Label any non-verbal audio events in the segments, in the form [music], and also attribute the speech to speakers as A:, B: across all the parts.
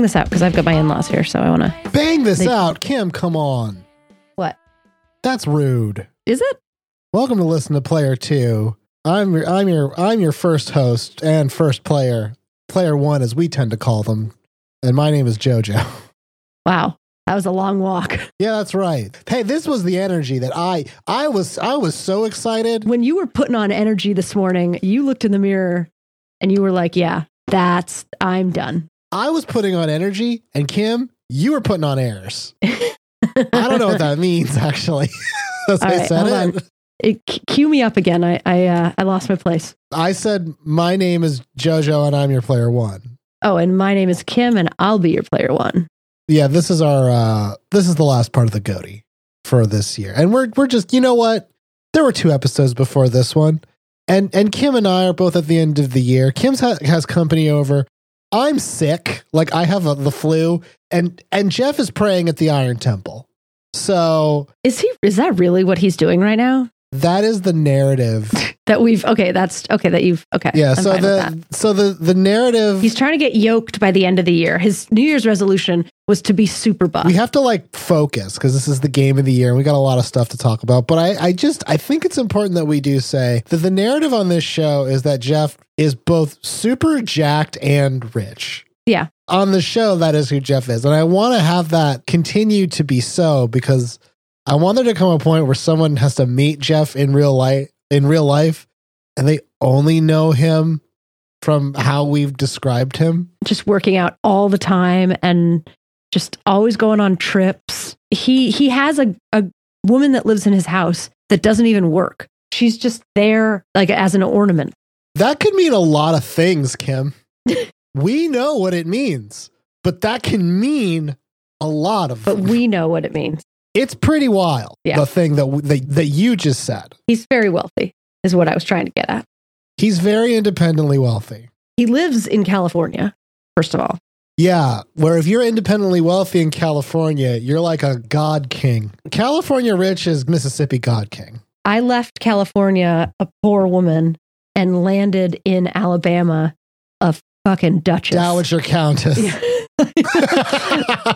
A: this out because I've got my in laws here, so I want to.
B: Bang this
A: They-
B: out. Kim, come on.
A: What?
B: That's rude.
A: Is it?
B: Welcome to listen to Player Two. I'm your, I'm your I'm your first host and first player. Player one, as we tend to call them, and my name is JoJo. [laughs]
A: Wow. That was a long walk. [laughs]
B: yeah, that's right. Hey, this was the energy that I I was I was so excited.
A: When you were putting on energy this morning, you looked in the mirror and you were like, yeah, that's, I'm done.
B: I was putting on energy, and Kim, you were putting on airs. I don't know what that means actually. [laughs] as
A: All
B: I
A: right,
B: said
A: hold
B: it.
A: on. [laughs] It, c- cue me up again. I, I, uh, I lost my place.
B: I said my name is JoJo and I'm your player one.
A: Oh, and my name is Kim and I'll be your player one.
B: Yeah, this is our uh this is the last part of the goatee for this year. And we're we're just you know what? There were two episodes before this one. And and Kim and I are both at the end of the year. Kim's ha- has company over. I'm sick, like I have a, the flu and and Jeff is praying at the Iron Temple. So
A: Is he, is that really what he's doing right now?
B: that is
A: [laughs]
B: the narrative.
A: That we've, okay, that's, okay, that you've, okay.
B: Yeah,
A: I'm
B: so
A: fine with that.
B: the so the the narrative
A: He's trying to get yoked by the end of the year. His New Year's resolution was to be super buff.
B: we have to like focus because this is the game of the year and we got a lot of stuff to talk about but I, I just i think it's important that we do say that the narrative on this show is that jeff is both super jacked and rich
A: Yeah.
B: on the show that is who jeff is and i want to have that continue to be so because i want there to come a point where someone has to meet jeff in real life in real life and they only know him from how we've described him
A: just working out all the time and just always going on trips. He he has a, a woman that lives in his house that doesn't even work. She's just there like as an ornament.
B: That could mean a lot of
A: [laughs]
B: things, Kim. we know what it means, but that can mean a lot of
A: But
B: things.
A: we know what it means.
B: It's pretty wild.
A: Yeah.
B: The thing that, that that you just said.
A: He's very wealthy, is what I was trying to get at.
B: He's very independently wealthy.
A: He lives in California, first of all.
B: Yeah, where if you're independently wealthy in California, you're like a god king. California rich is Mississippi god king.
A: I left California a poor woman and landed in Alabama a fucking duchess. [laughs]
B: Dowager countess. [laughs]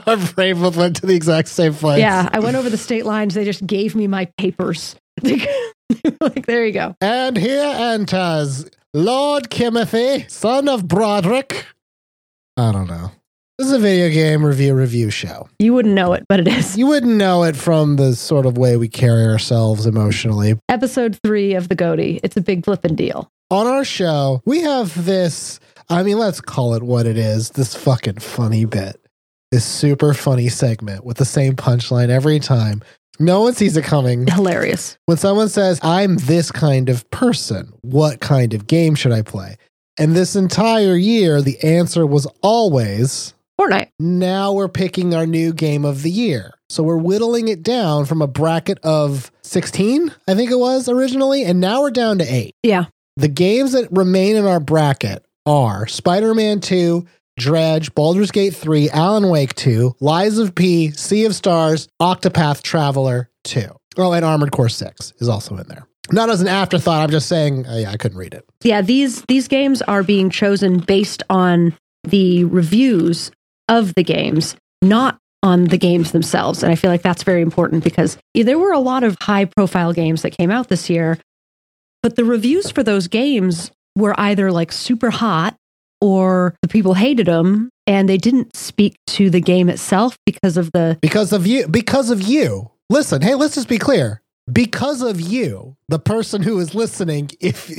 B: Our brain both went to the exact same place.
A: Yeah, I went over the state lines. They just gave me my papers. [laughs] like, there you go.
B: And here enters Lord Kimothy, son of Broderick. I don't know. This is a video game review review show.
A: You wouldn't know it, but it is.
B: You wouldn't know it from the sort of way we carry ourselves emotionally.
A: Episode three of The Goatee. It's a big flippin' deal.
B: On our show, we have this, I mean, let's call it what it is, this fucking funny bit. This super funny segment with the same punchline every time. No one sees it coming.
A: Hilarious.
B: when someone says, I'm this kind of person, what kind of game should I play? And this entire year, the answer was always,
A: Fortnite.
B: now we're picking our new game of the year. So we're whittling it down from a bracket of 16, I think it was originally, and now we're down to eight.
A: Yeah.
B: The games that remain in our bracket are Spider Man 2, Dredge, Baldur's Gate 3, Alan Wake 2, Lies of P, Sea of Stars, Octopath Traveler 2. Oh, and Armored Core 6 is also in there. Not as an afterthought, I'm just saying, oh, yeah, I couldn't read it.
A: Yeah, these these games are being chosen based on the reviews of the games, not on the games themselves. And I feel like that's very important because there were a lot of high profile games that came out this year, but the reviews for those games were either like super hot or the people hated them and they didn't speak to the game itself because of the
B: Because of you, because of you. Listen, hey, let's just be clear. Because of you, the person who is listening, if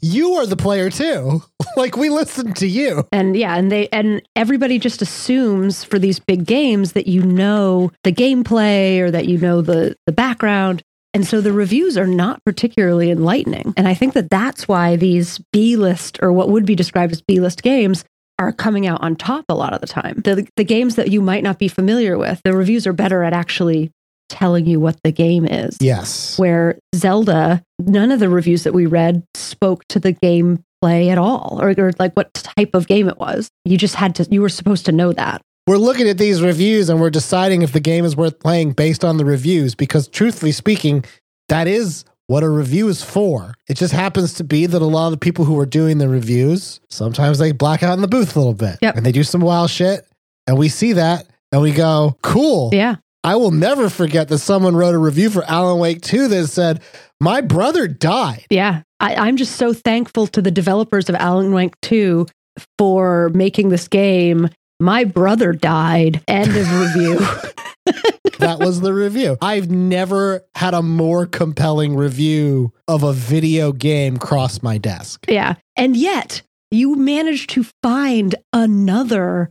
B: [laughs] you are the player too, [laughs] like we listen to you.
A: and yeah and they and everybody just assumes for these big games that you know the gameplay or that you know the the background and so the reviews are not particularly enlightening and i think that that's why these b-list or what would be described as b-list games are coming out on top a lot of the time the the games that you might not be familiar with the reviews are better at actually telling you what the game is
B: Yes.
A: where Zelda, none of the reviews that we read spoke to the gameplay at all, or, or like what type of game it was. You just had to, you were supposed to know that.
B: We're looking at these reviews and we're deciding if the game is worth playing based on the reviews because, truthfully speaking, that is what a review is for. It just happens to be that a lot of the people who are doing the reviews sometimes they black out in the booth a little bit
A: Yep.
B: and they do some wild shit and we see that and we go, cool.
A: Yeah.
B: I will never forget that someone wrote a review for Alan Wake 2 that said, My
A: [laughs]
B: brother died.
A: Yeah. I, I'm just so thankful to the developers of Alan Wake 2 for making this game. My brother died. End of [laughs] review.
B: That was the review. I've never had a more compelling review of a video game cross my desk.
A: Yeah. And yet you managed to find another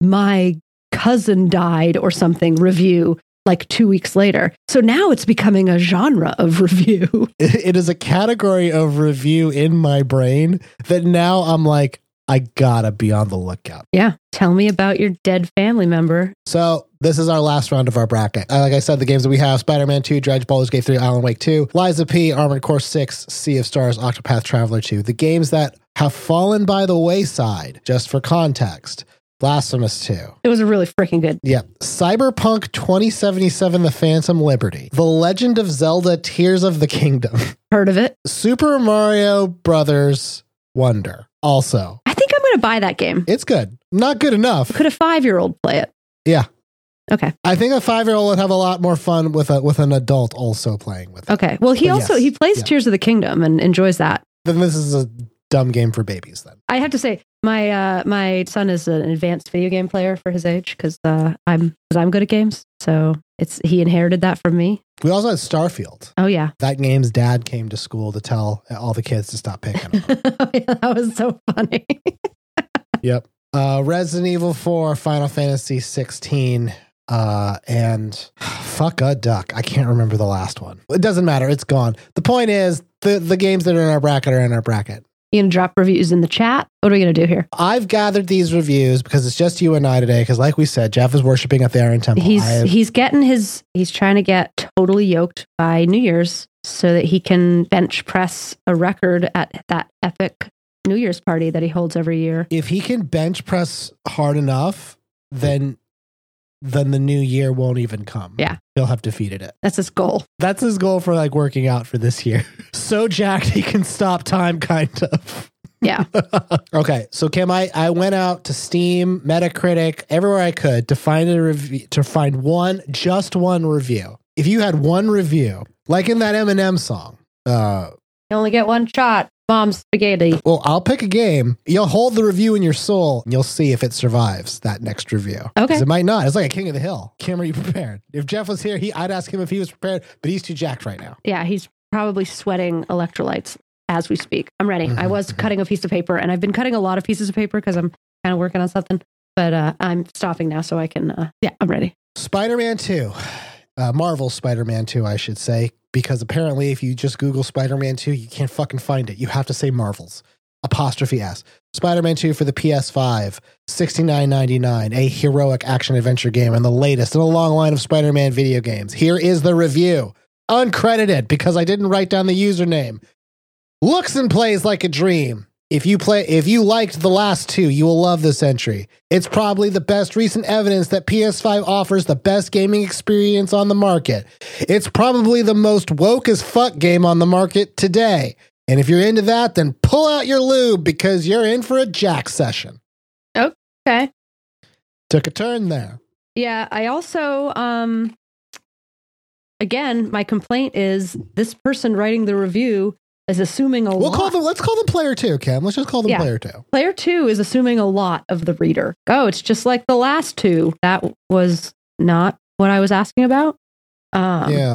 A: my cousin died or something review like two weeks later. So now it's becoming a genre of [laughs] review.
B: [laughs] It is a category of review in my brain that now I'm like, I gotta be on the lookout.
A: yeah. Tell me about your dead family member.
B: So this is our last round of our bracket. Uh, Like I said, the games that we have: Spider-Man Two, Dredge, Baldur's Gate Three, Alan Wake Two, Liza P, Armored Core Six, Sea of Stars, Octopath Traveler Two. The games that have fallen by the wayside, just for context: Blasphemous Two,
A: It was a really freaking good.
B: Yep. Cyberpunk 2077 The Phantom Liberty. The Legend of Zelda Tears of the Kingdom.
A: Heard of it?
B: Super Mario Brothers Wonder. Also,
A: I think I'm going to buy that game.
B: it's good. Not
A: [laughs]
B: good enough.
A: Could a five year old play it?
B: Yeah.
A: Okay.
B: I think a 5-year-old would have a lot more fun with a with an adult also playing with it.
A: Okay. Well, he
B: But
A: also
B: yes.
A: he plays
B: Yeah.
A: Tears of the Kingdom and enjoys that.
B: Then this is a dumb game for babies then.
A: I have to say, my uh, my son is an advanced video game player for his age because uh, I'm because I'm good at games. So it's he inherited that from me.
B: We also had Starfield.
A: Oh yeah, [laughs]
B: That game's dad came to school to tell all the kids to stop picking on
A: [laughs]
B: him.
A: Yeah, that was so funny. [laughs]
B: uh, Resident Evil 4, Final Fantasy 16, uh, and fuck a duck. I can't remember the last one. It doesn't matter. It's gone. The point is, the, the games that are in our bracket are in our bracket.
A: you gonna drop reviews in the chat? What are we gonna do here?
B: I've gathered these reviews because it's just you and I today. Because, like we said, Jeff is worshiping at the Iron Temple.
A: He's
B: I have-
A: he's getting his he's trying to get totally yoked by New Year's so that he can bench press a record at that epic New Year's party that he holds every year.
B: if he can bench press hard enough, then then the new year won't even come.
A: Yeah.
B: He'll have defeated it.
A: That's his goal.
B: That's his goal for like working out for this year. [laughs] So jacked he can stop time, kind of.
A: Yeah.
B: [laughs] okay. So Kim, I, I went out to Steam, Metacritic, everywhere I could to find a review to find one, just one review. If you had one review, like in that Eminem song, uh,
A: You only get one shot. Mom spaghetti.
B: well, I'll pick a game. You'll hold the review in your soul, and you'll see if it survives that next review. 'Cause
A: Okay.
B: It might not. It's like a King of the Hill. Kim, are you prepared? If Jeff was here, he I'd ask him if he was prepared, but he's too jacked right now.
A: Yeah, he's probably sweating electrolytes as we speak. I'm ready.
B: Mm-hmm,
A: I was cutting a piece of paper, and I've been cutting a lot of pieces of paper because I'm kind of working on something. But uh, I'm stopping now so I can. Uh, yeah, I'm ready.
B: Spider Man 2, [sighs] uh, Marvel Spider Man 2, I should say, because apparently if you just Google Spider Man 2, you can't fucking find it. You have to say Marvel's apostrophe S. Spider Man 2 for the PS5, $69.99, a heroic action adventure game and the latest in a long line of Spider Man video games. Here is the review, uncredited because I didn't write down the username. Looks and plays like a dream. If you play if you liked the last two, you will love this entry. It's probably the best recent evidence that PS5 offers the best gaming experience on the market. It's probably the most woke as fuck game on the market today. And if you're into that, then pull out your lube because you're in for a jack session.
A: Okay.
B: Took a turn there.
A: Yeah, I also. Um, again, my complaint is this person writing the review is assuming a
B: We'll
A: lot.
B: call them let's call them player two, Cam. Let's just call them
A: Yeah.
B: player two.
A: Player two is assuming a lot of the reader. Oh, it's just like the last two. That was not what I was asking about. Um,
B: yeah.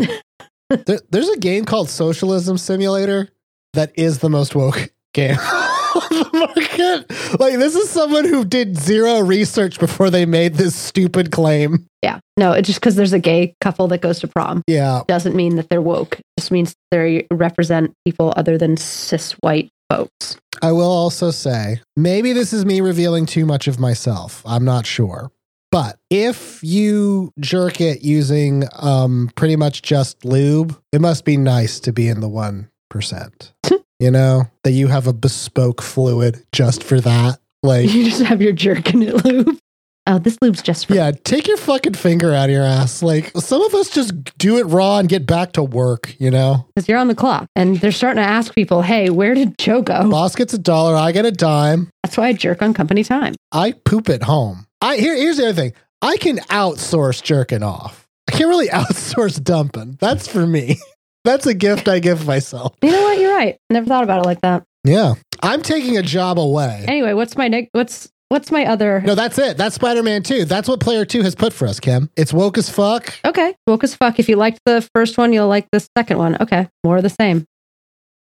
B: there, there's a game called Socialism Simulator that is the most woke game [laughs] on the market. Like, this is someone who did zero research before they made this stupid claim.
A: Yeah. No, it's just because there's a gay couple that goes to prom
B: Yeah.
A: doesn't mean that they're woke. It just means they represent people other than cis white folks. [laughs]
B: I will also say maybe this is me revealing too much of myself. I'm not sure. But if you jerk it using um, pretty much just lube, it must be nice to be in the 1%. you know, that you have a bespoke fluid just for that. Like,
A: [laughs] You just have your jerk in it lube. Oh, this lube's just for
B: Yeah, take your fucking finger out of your ass. Like some of us just do it raw and get back to work, you know?
A: because you're on the clock and they're starting to ask people, hey, where did Joe go?
B: Boss gets a dollar, I get a dime.
A: That's why I jerk on company time.
B: I poop at home. I here, here's the other thing. I can outsource jerking off. I can't really [laughs] outsource dumping. That's for me. [laughs] That's a gift I give myself.
A: You know what? You're right. Never thought about it like that.
B: Yeah. I'm taking a job away.
A: Anyway, what's my neg- what's what's my other?
B: No, that's it. That's Spider Man 2. That's what Player 2 has put for us, Kim. It's woke as fuck.
A: Okay, woke as fuck. If you liked the first one, you'll like the second one. Okay, more of the same.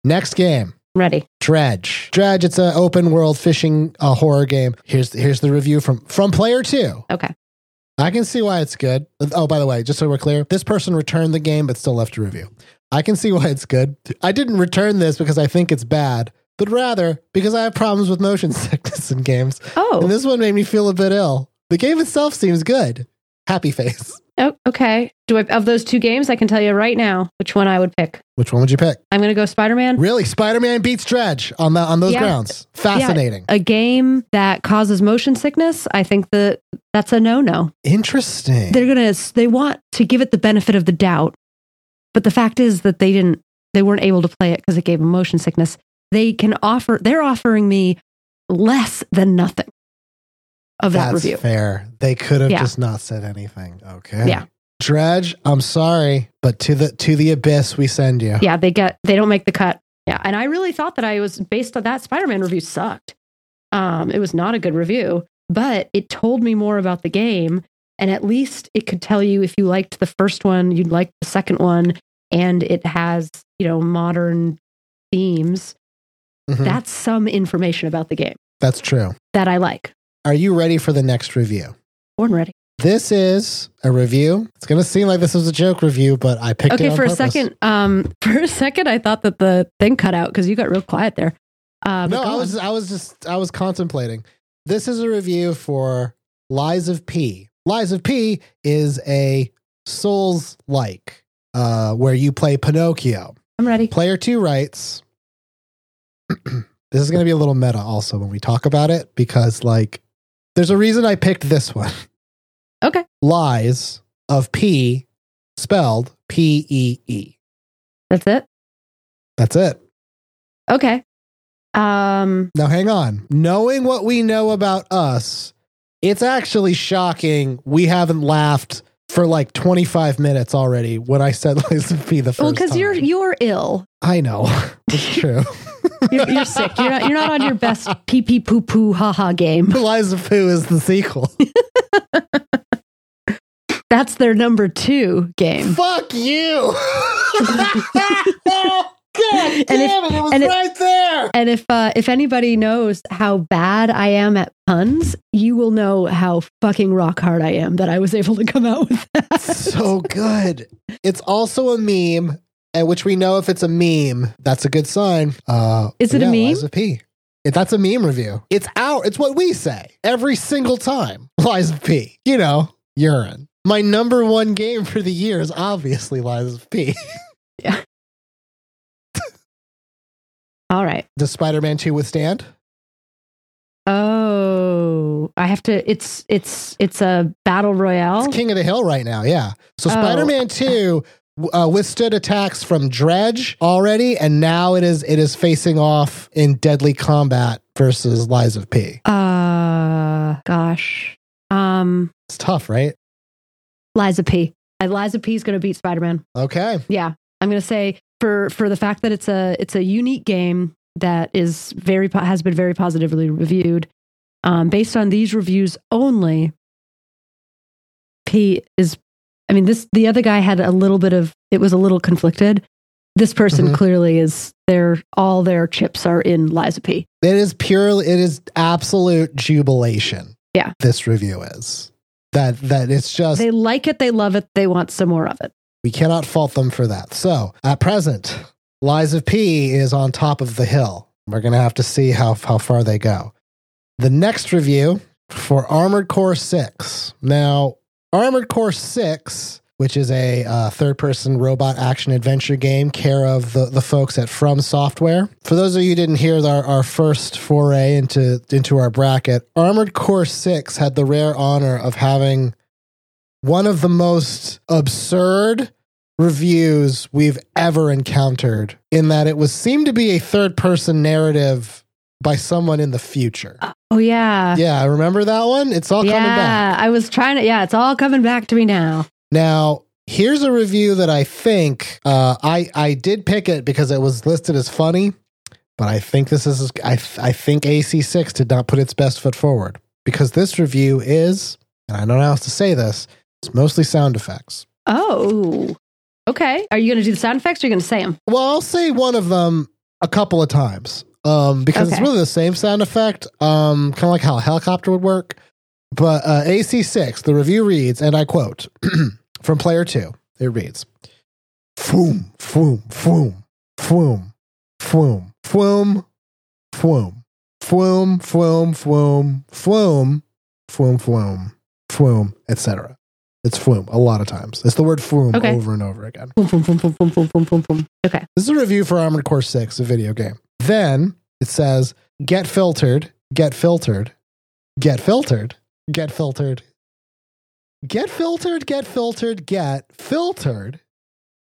B: Next game.
A: I'm ready.
B: Dredge. Dredge, it's an open world fishing uh, horror game. Here's here's the review from from player two.
A: Okay.
B: I can see why it's good. Oh, by the way, just so we're clear, this person returned the game but still left a review. I can see why it's good. I didn't return this because I think it's bad, but rather because I have problems with motion [laughs] sickness in games.
A: Oh,
B: And this one made me feel a bit ill. The game itself seems good. Happy face.
A: oh, okay. Do I of those two games? I can tell you right now which one I would pick.
B: Which one would you pick?
A: I'm gonna go Spider Man.
B: Really, Spider-Man beats Dredge on the on those
A: Yeah.
B: grounds. Fascinating.
A: A game that causes motion sickness. I think that that's a no no.
B: Interesting.
A: They're gonna they want to give it the benefit of the doubt, but the fact is that they didn't. They weren't able to play it because it gave them motion sickness. They can offer. They're offering me less than nothing of that
B: That's
A: review.
B: Fair. They could have
A: Yeah.
B: just not said anything. Okay.
A: Yeah.
B: Dredge, I'm sorry, but to the to the abyss we send you.
A: yeah they get they don't make the cut yeah and i really thought that i was based on that spider-man review sucked um it was not a good review but it told me more about the game and at least it could tell you if you liked the first one you'd like the second one and it has you know modern themes
B: Mhm.
A: that's some information about the game
B: That's true.
A: that i like
B: Are you ready for the next review?
A: born ready
B: This is a review. It's gonna seem like this was a joke review, but I picked it
A: okay
B: on
A: for a
B: purpose.
A: second um [laughs] for a second i thought that the thing cut out because you got real quiet there uh, but go
B: No, I
A: on.
B: was I was just I was contemplating. This is a review for Lies of P. Lies of P is a Souls like uh where you play Pinocchio.
A: i'm ready
B: Player two writes, [clears throat] This is going to be a little meta also when we talk about it because, like, there's a reason I picked this one.
A: Okay.
B: Lies of P spelled P E E.
A: that's it
B: That's it.
A: Okay. Um,
B: Now, hang on. Knowing what we know about us, it's actually shocking we haven't laughed for like 25 minutes already when I said [laughs] Lies of P the 1st
A: well, because you're
B: time.
A: you're ill.
B: I know. [laughs] it's true.
A: You're, you're sick. You're not, you're not on your
B: [laughs]
A: best pee pee poo poo ha ha game.
B: Lies of Pooh is the sequel.
A: That's their number two game.
B: Fuck you! [laughs] God damn
A: And if-
B: it! It was
A: and if-
B: right there.
A: And if uh, if anybody knows how bad I am at puns, you will know how fucking rock hard I am that I was able to come out with that.
B: so good. It's also a meme, at which we know if it's a meme, that's a good sign. Uh,
A: Is it a meme?
B: Liza P. If that's a meme review. It's our. It's what we say every single time. [laughs] Liza P. You know, urine. My number one game for the year is obviously Liza P. [laughs]
A: All right.
B: Does Spider-Man 2 withstand?
A: Oh, I have to. It's it's it's a battle royale.
B: It's King of the Hill right now, yeah. So
A: Oh.
B: Spider-Man 2 w- uh, withstood attacks from Dredge already, and now it is it is facing off in deadly combat versus Lies of P.
A: Uh, gosh. Um,
B: It's tough, right?
A: Liza P. Liza P. is going to beat Spider Man.
B: Okay.
A: yeah i'm going to say for for the fact that it's a it's a unique game that is very po- has been very positively reviewed um based on these reviews only p is i mean this the other guy had a little bit of it was a little conflicted this person
B: Mhm.
A: clearly is their all their chips are in liza p
B: It is pure it is absolute jubilation.
A: Yeah.
B: This review is. That that it's just
A: they like it they love it they want some more of it
B: we cannot fault them for that. So at present, Lies of P is on top of the hill. We're gonna have to see how how far they go. The next review for Armored Core Six. Now, Armored Core Six, which is a uh, third-person robot action adventure game, care of the, the folks at From Software. For those of you who didn't hear our, our first foray into into our bracket, Armored Core Six had the rare honor of having one of the most absurd reviews we've ever encountered in that it was seemed to be a third person narrative by someone in the future.
A: Oh yeah.
B: Yeah, remember that one? It's all coming back.
A: yeah, I was trying to. Yeah, it's all coming back to me now.
B: Now, here's a review that I think uh, I I did pick it because it was listed as funny, but I think this is I I think AC6 did not put its best foot forward because this review is, and I don't know how else to say this, it's mostly sound effects.
A: Oh, okay. Are you going to do the sound effects? or Are you going to say them?
B: Well, I'll say one of them a couple of times um, because it's
A: Okay.
B: really the same sound effect, um, kind of like how a helicopter would work. But uh, AC6, the review reads, and I quote [clears throat] from player two, it reads, Foom, foom, foom, foom, foom, foom, foom, foom, foom, foom, foom, foom, foom, foom, etc. It's foom a lot of times. It's the word foom
A: Okay.
B: over and over again.
A: Boom, boom, boom, boom, boom, boom, boom, boom, boom. Okay.
B: This is a review for Armored Core 6, a video game. Then it says, get filtered, get filtered, get filtered, get filtered, get filtered, get filtered, get filtered,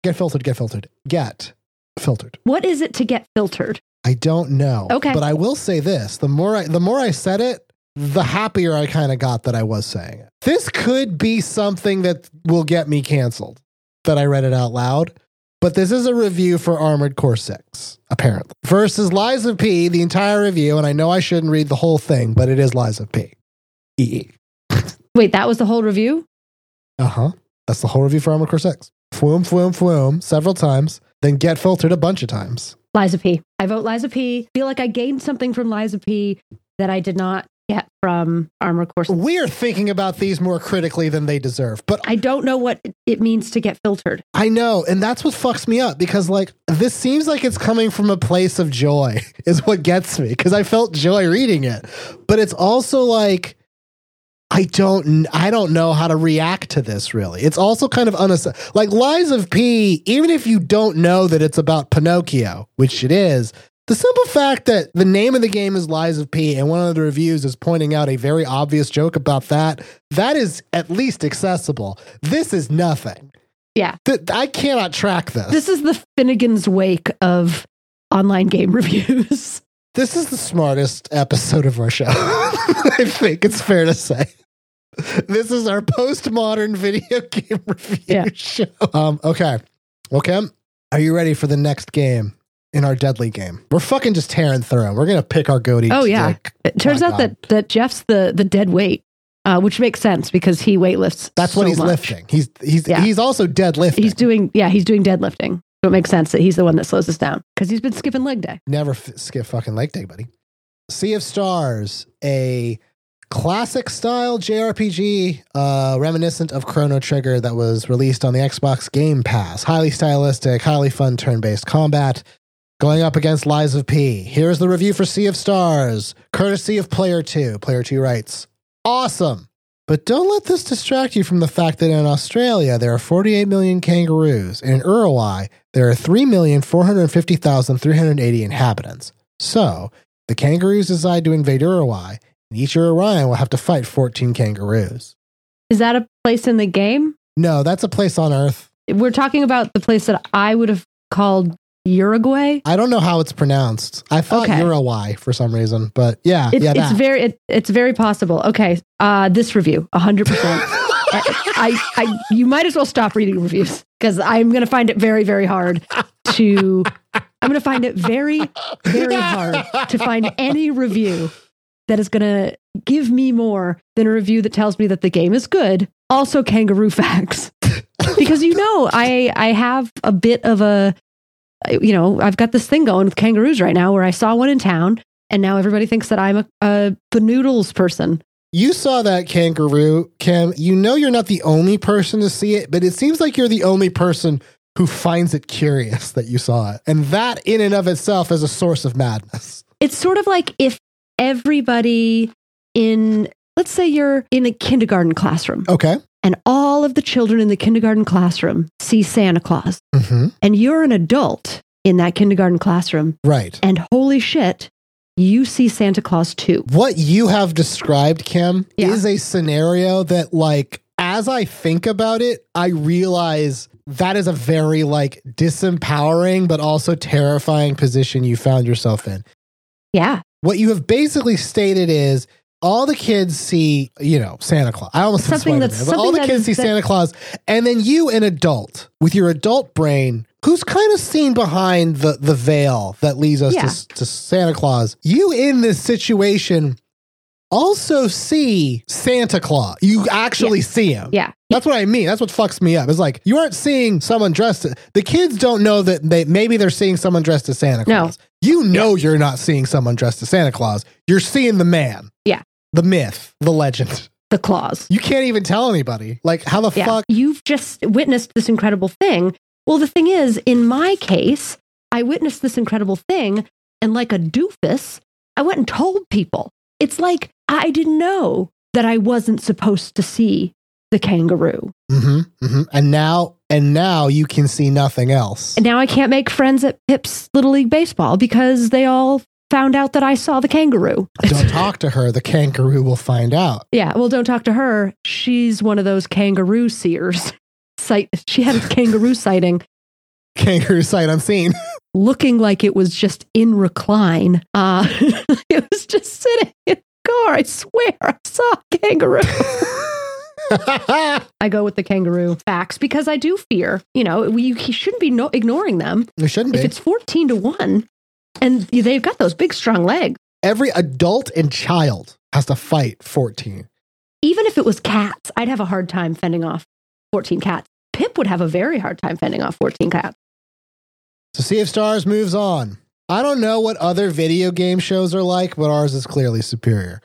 B: get filtered, get filtered, get filtered.
A: What is it to get filtered?
B: I don't know.
A: Okay.
B: But I will say this the more I, the more I said it, the happier I kind of got that I was saying it. This could be something that will get me canceled that I read it out loud. But this is a review for Armored Core 6, apparently. Versus Lies of P, the entire review, and I know I shouldn't read the whole thing, but it is Lies of P. E.
A: Wait, that was the whole review.
B: Uh huh. That's the whole review for Armored Core 6. Fwoom, fwoom, fwoom, several times, then get filtered a bunch of times.
A: Liza P. I vote Liza P. Feel like I gained something from Liza P. that I did not get from Armor Course.
B: We are thinking about these more critically than they deserve, but
A: I don't know what it means to get filtered.
B: I know, and that's what fucks me up because like this seems like it's coming from a place of joy [laughs] is what gets me because I felt joy reading it, but it's also like I don't I don't know how to react to this really. It's also kind of unass like Lies of P. Even if you don't know that it's about Pinocchio, which it is, the simple fact that the name of the game is Lies of P. and one of the reviews is pointing out a very obvious joke about that that is at least accessible. This is nothing. Th- I cannot track this. this.
A: This is the Finnegan's Wake of online game [laughs] reviews.
B: is the smartest episode of our show. [laughs] I think it's fair to say. This is our postmodern video game review
A: Yeah.
B: show. Um, okay. Okay. Are you ready for the next game in our deadly game? We're fucking just tearing through 'em. We're going to pick our goatee.
A: Oh, yeah. It turns
B: My
A: out
B: God.
A: that, that Jeff's the, the dead weight, uh, which makes sense because he weightlifts.
B: That's what
A: so
B: he's
A: much.
B: lifting. He's he's
A: Yeah.
B: he's also deadlifting.
A: He's doing, yeah, he's doing deadlifting. So it makes sense that he's the one that slows us down because he's been skipping leg day.
B: Never f- skip fucking leg day, buddy. Sea of Stars, a classic style JRPG uh, reminiscent of Chrono Trigger that was released on the Xbox Game Pass. Highly stylistic, highly fun turn based combat. Going up against Lies of P. Here's the review for Sea of Stars, courtesy of Player 2. Player 2 writes Awesome! But don't let this distract you from the fact that in Australia there are 48 million kangaroos, and in Uruguay there are 3,450,380 inhabitants. So, the kangaroos decide to invade Uruguay, and each Uruguayan will have to fight 14 kangaroos.
A: Is that a place in the game?
B: No, that's a place on Earth.
A: We're talking about the place that I would have called Uruguay.
B: I don't know how it's pronounced. I thought
A: Okay.
B: Uruguay for some reason, but yeah,
A: It's,
B: yeah,
A: it's
B: that.
A: very it, it's very possible. Okay, uh, this review, hundred percent.
B: [laughs]
A: I, I you might as well stop reading reviews because I'm going to find it very very hard to. I'm going to find it very
B: [laughs]
A: very hard to find any review that is going to give me more than a review that tells me that the game is good. Also, kangaroo facts because you know I I have a bit of a you know I've got this thing going with kangaroos right now where I saw one in town and now everybody thinks that I'm a, a the noodles person.
B: You saw that kangaroo, Kim. You know you're not the only person to see it, but it seems like you're the only person who finds it curious that you saw it. And that in and of itself is a source of madness.
A: It's sort of like if everybody in let's say you're in a kindergarten classroom
B: Okay.
A: and all of the children in the kindergarten classroom see Santa Claus
B: Mm-hmm.
A: and you're an adult in that kindergarten classroom
B: Right.
A: and holy shit you see Santa Claus too.
B: What you have described, Kim,
A: Yeah.
B: is a scenario that, like, as I think about it, I realize that is a very, like, disempowering, but also terrifying position you found yourself in.
A: Yeah.
B: what you have basically stated is all the kids see, you know, Santa Claus. I almost said
A: Something
B: Spider-Man,
A: that's-
B: but all
A: something
B: the
A: that
B: kids
A: is-
B: see
A: that-
B: Santa Claus, and then you, an adult with your adult brain, who's kind of seen behind the the veil that leads us
A: Yeah.
B: to, to Santa Claus. You in this situation also see Santa Claus. You actually see him.
A: Yeah.
B: That's what I mean. That's what fucks me up. It's like you aren't seeing someone dressed. The kids don't know that they maybe they're seeing someone dressed as Santa
A: No.
B: Claus. You know you're not seeing someone dressed as Santa Claus. You're seeing the man.
A: Yeah.
B: The myth, the legend.
A: The claws.
B: You can't even tell anybody. Like how the
A: Yeah.
B: fuck?
A: You've just witnessed this incredible thing. Well, the thing is, in my case, I witnessed this incredible thing, and like a doofus, I went and told people. It's like I didn't know that I wasn't supposed to see the kangaroo.
B: hmm hmm And now, and now you can see nothing else.
A: And [laughs] now I can't make friends at Pips Little League Baseball because they all found out that I saw the kangaroo.
B: Don't talk to her. The kangaroo will find out.
A: Yeah, well, don't talk to her. She's one of those kangaroo seers. [laughs] Sight. She had a kangaroo [laughs] sighting,
B: Kangaroo sight unseen. [laughs]
A: looking like it was just in recline. Uh, [laughs] it was just sitting in the car. I swear, I saw a kangaroo. [laughs] I go with the kangaroo facts because I do fear. You know, we, you shouldn't be no, ignoring them.
B: it shouldn't
A: If
B: be.
A: it's fourteen to one, and they've got those big, strong legs.
B: Every adult and child has to fight 14.
A: even if it was cats, I'd have a hard time fending off 14 cats. Pip would have a very hard time fending off 14 cats.
B: So Sea of Stars moves on. I don't know what other video game shows are like, but ours is clearly superior.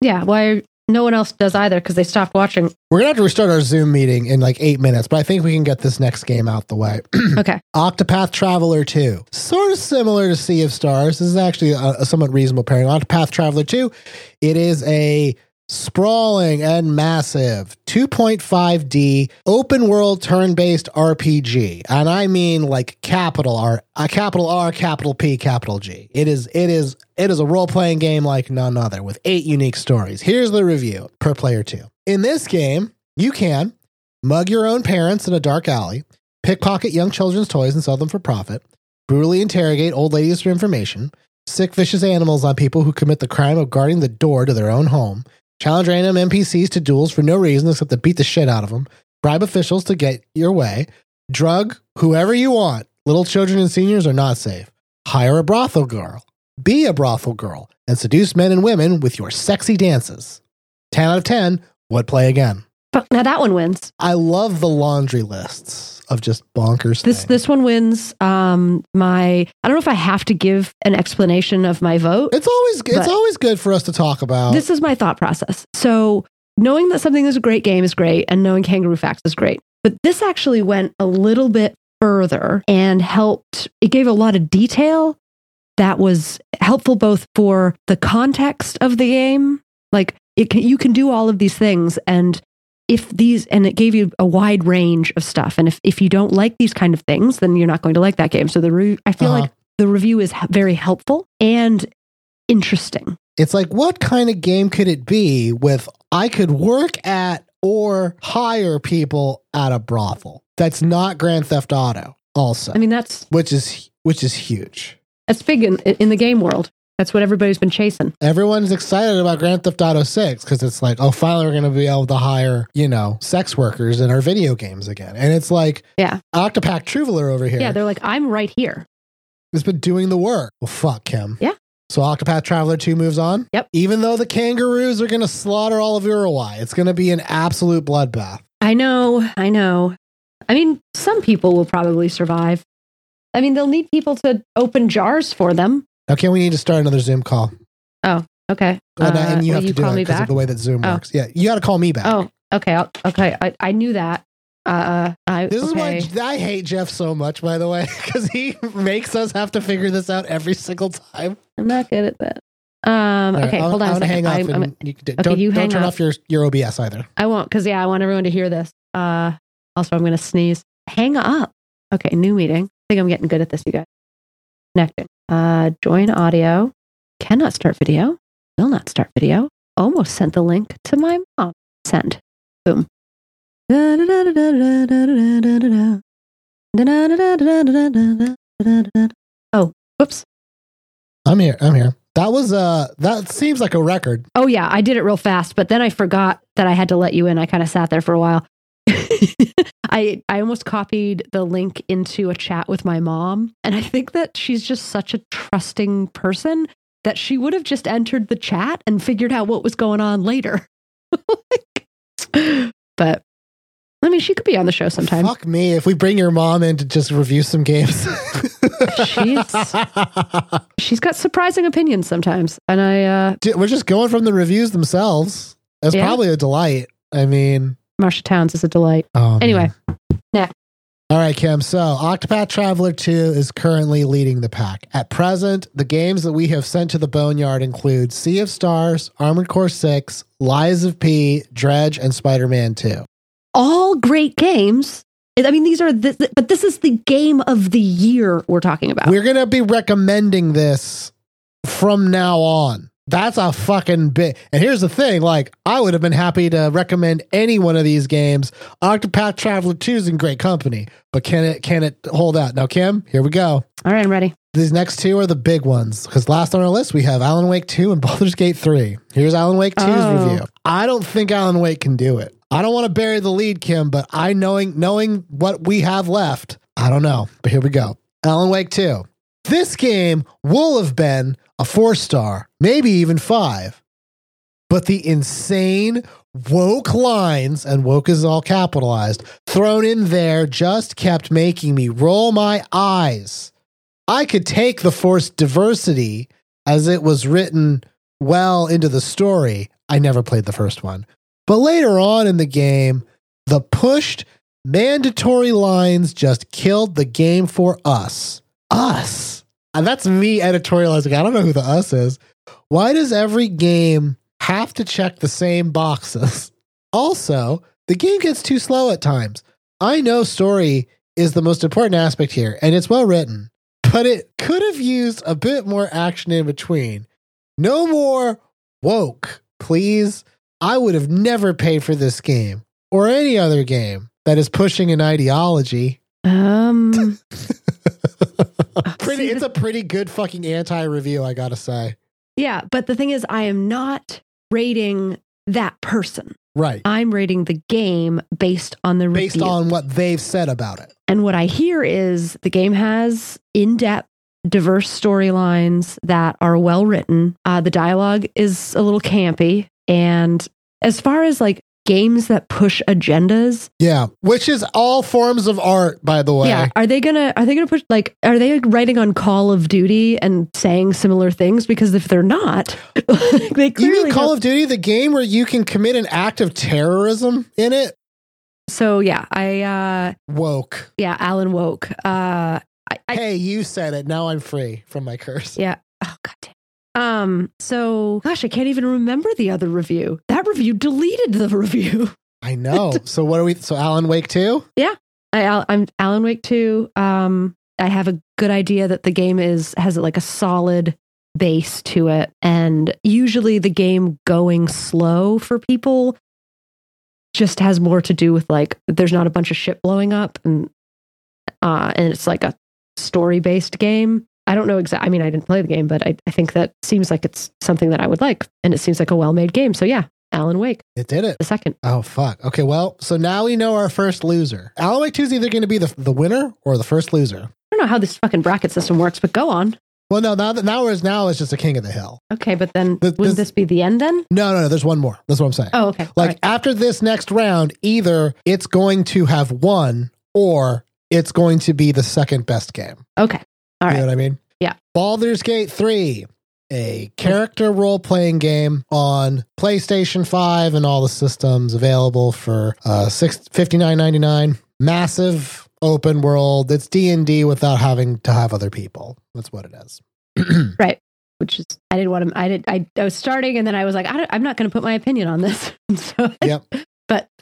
A: Yeah, why no one else does either because they stopped watching.
B: We're gonna have to restart our Zoom meeting in like eight minutes, but I think we can get this next game out the way. [clears throat]
A: Okay.
B: Octopath Traveler 2. Sort of similar to Sea of Stars. This is actually a, a somewhat reasonable pairing. Octopath Traveler 2, it is a sprawling and massive 2.5D open world turn based RPG. And I mean like capital R, uh, capital R, capital P, capital G. It is, it is, it is a role playing game like none other with eight unique stories. Here's the review per player two. In this game, you can mug your own parents in a dark alley pickpocket young children's toys and sell them for profit, brutally interrogate old ladies for information, sick vicious animals on people who commit the crime of guarding the door to their own home, challenge random NPCs to duels for no reason except to beat the shit out of them, bribe officials to get your way, drug whoever you want. Little children and seniors are not safe. Hire a brothel girl, be a brothel girl, and seduce men and women with your sexy dances. 10 out of 10 would play again.
A: But now that one wins.
B: I love the laundry lists of just bonkers.
A: This
B: things.
A: this one wins. Um, my I don't know if I have to give an explanation of my vote.
B: It's always it's
A: But-
B: always good for us to talk about.
A: This is my thought process. So knowing that something is a great game is great, and knowing kangaroo facts is great. But this actually went a little bit further and helped. It gave a lot of detail that was helpful both for the context of the game, like it can, you can do all of these things, and if these and it gave you a wide range of stuff. And if if you don't like these kind of things, then you're not going to like that game. So the re- I feel
B: Uh-huh.
A: like the review is h- very helpful and interesting.
B: it's like what kind of game could it be with I could work at or hire people at a brothel. That's not Grand Theft Auto also,
A: I mean, that's
B: which is which is huge.
A: That's big in, in the game world. That's what everybody's been chasing.
B: Everyone's excited about Grand Theft Auto 6 cuz it's like, oh, finally we're going to be able to hire, you know, sex workers in our video games again. And it's like
A: Yeah.
B: Octopath Traveler over here.
A: Yeah, they're like, I'm right here.
B: has been doing the work. Well, fuck Kim.
A: Yeah.
B: So Octopath Traveler 2 moves on.
A: Yep.
B: Even though the kangaroos are going to slaughter all of Uruguay, it's going to be an absolute bloodbath.
A: I know, I know. I mean, some people will probably survive. I mean, they'll need people to open jars for them.
B: Okay, we need to start another Zoom call.
A: Okay.
B: And, uh,
A: Uh,
B: and you
A: will
B: have to do
A: call
B: it
A: me
B: because of
A: back.
B: the way that Zoom
A: Oh.
B: works. Yeah, you got to call me back.
A: Oh, okay. I'll, okay. I, I knew that. Uh, I,
B: This
A: okay.
B: is why I hate Jeff so much, by the way, [laughs] because he makes us have to figure this out every single time.
A: I'm not good at that. Um,
B: All right,
A: okay,
B: I'll-
A: hold on
B: I'm
A: a
B: gonna
A: second.
B: hang
A: I'm,
B: up.
A: I'm,
B: and you, d- don't
A: you
B: don't
A: hang
B: turn
A: up.
B: off your, your OBS either.
A: I won't because yeah, I want everyone to hear this. Uh, also, I'm going to sneeze. Hang up. Okay, new meeting. I think I'm getting good at this, you guys. Connecting. Uh, join audio. Cannot start video. Will not start video. Almost sent the link to my mom. Send. Boom. Oh, whoops. Oh,
B: I'm here. I'm here. That was uh that seems like a record.
A: Oh yeah, I did it real fast, but then I forgot that I had to let you in. I kind of sat there for a while. [laughs] I I almost copied the link into a chat with my mom, and I think that she's just such a trusting person that she would have just entered the chat and figured out what was going on later. [laughs] Like, but I mean, she could be on the show sometime.
B: Fuck me if we bring your mom in to just review some games. [laughs]
A: Jeez. She's got surprising opinions sometimes, and I uh,
B: Dude, We're just going from the reviews themselves. That's
A: Yeah.
B: probably a delight. I mean,
A: Marsha Towns is a delight.
B: oh,
A: Anyway,
B: All right, Kim. So Octopath Traveler 2 is currently leading the pack. At present, the games that we have sent to the Boneyard include Sea of Stars, Armored Core 6, Lies of P, Dredge, and Spider Man 2.
A: all great games. I mean, these are the, the- but this is the game of the year we're talking about.
B: We're going to be recommending this from now on. That's a fucking bit. And here's the thing like, I would have been happy to recommend any one of these games. Octopath Traveler 2 is in great company, but can it, can it hold out? Now, Kim, here we go.
A: all right, I'm ready.
B: These next two are the big ones because last on our list we have Alan Wake 2 and [laughs] Baldur's Gate 3. Here's Alan Wake 2's
A: Oh.
B: review. I don't think Alan Wake can do it. I don't want to bury the lead, Kim, but I knowing knowing what we have left, I don't know. But here we go. Alan Wake 2. This game will have been a four star, maybe even five. But the insane woke lines, and woke is all capitalized, thrown in there just kept making me roll my eyes. I could take the forced diversity as it was written well into the story. I never played the first one. But later on in the game, the pushed mandatory lines just killed the game for us. Us. And that's me editorializing. I don't know who the us is. Why does every game have to check the same boxes? Also, the game gets too slow at times. I know story is the most important aspect here, and it's well written but it could have used a bit more action in between. No more woke, please. I would have never paid for this game or any other game that is pushing
A: [laughs]
B: an ideology. [laughs]
A: Um,
B: Pretty,
A: See,
B: it's a pretty good fucking anti review, I gotta say.
A: yeah, but the thing is, I am not rating that person.
B: Right.
A: I'm rating the game based on the
B: Based
A: review.
B: on what they've said about it.
A: And what I hear is the game has in depth, diverse storylines that are well written. Uh, the dialogue is a little campy. And as far as like games that push agendas,
B: Yeah. Which is all forms of art, by the way.
A: yeah, are they gonna are they gonna push like are they writing on Call of Duty and saying similar things? Because if they're not, [laughs] they
B: You
A: clearly
B: mean Call
A: have-
B: of Duty, the game where you can commit an act of terrorism in it?
A: so yeah, I uh
B: Woke.
A: yeah, Alan Woke. Uh I, I
B: hey, you said it. Now I'm free from my curse.
A: Yeah. Oh god damn. Um, so gosh, I can't even remember the other review. That review deleted the [laughs] review. [laughs]
B: I know. so what are we? So Alan Wake too?
A: I, Al- I'm Alan Wake 2. Um, I have a good idea that the game is has like a solid base to it. And usually the game going slow for people just has more to do with like there's not a bunch of shit blowing up and uh and it's like a story based game. I don't know exactly. I mean, I didn't play the game, but I, I think that seems like it's something that I would like, and it seems like a well made game. So yeah, Alan Wake,
B: It did it.
A: the second.
B: Oh fuck. Okay. Well, so now we know our first loser. Alan Wake two is either going to be the the winner or the first loser.
A: I don't know how this fucking bracket system works, but go on.
B: Well, no, now that now is now is just a king of the hill.
A: Okay, but then
B: Th-
A: wouldn't
B: this-
A: this be the end then?
B: No, no, no. There's one more. That's what I'm saying.
A: Oh, okay.
B: like
A: All right.
B: after this next round, either it's going to have won or it's going to be the second best game.
A: okay. All
B: you know
A: right.
B: what I mean?
A: Yeah.
B: Baldur's Gate 3, a character role playing game on PlayStation 5 and all the systems available for uh, six fifty nine ninety nine. Massive open world. It's D&D without having to have other people. That's what
A: [laughs]
B: it is.
A: Which is I didn't want to. I did. I, I was starting, and then I was like, I don't, I'm not going to put my opinion on this. [laughs] so
B: Yep.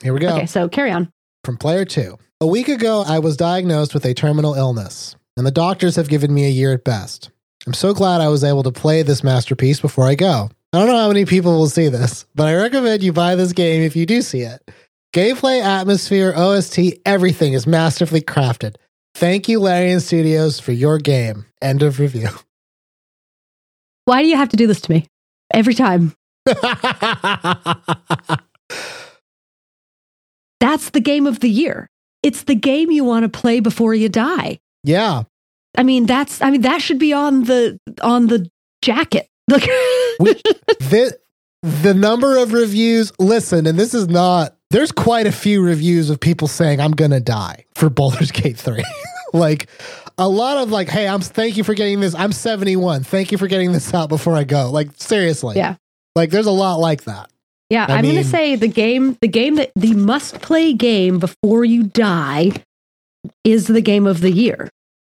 B: Here we go.
A: okay. So carry on.
B: From player two. A week ago, I was diagnosed with a terminal illness, and the doctors have given me a year at best. I'm so glad I was able to play this masterpiece before I go. I don't know how many people will see this, but I recommend you buy this game if you do see it. Gameplay, atmosphere, OST, everything is masterfully crafted. Thank you, Larian Studios, for your game. End of review.
A: Why do you have to do this to me every time? That's the game of the year. It's the game you want to play before you die.
B: [laughs] yeah.
A: I mean, that's I mean that should be on the on the jacket. [laughs] Look,
B: The, the number of reviews, listen, and this is not, there's quite a few reviews of people saying, I'm going to die for Baldur's Gate 3. [laughs] like, a lot of like, hey, I'm thank you for getting this. I'm 71. Thank you for getting this out before I go. Like, seriously.
A: Yeah.
B: Like, there's a lot like that.
A: yeah,
B: I
A: I am
B: mean-
A: going to say the game the game that the must play game before you die is the game of the year.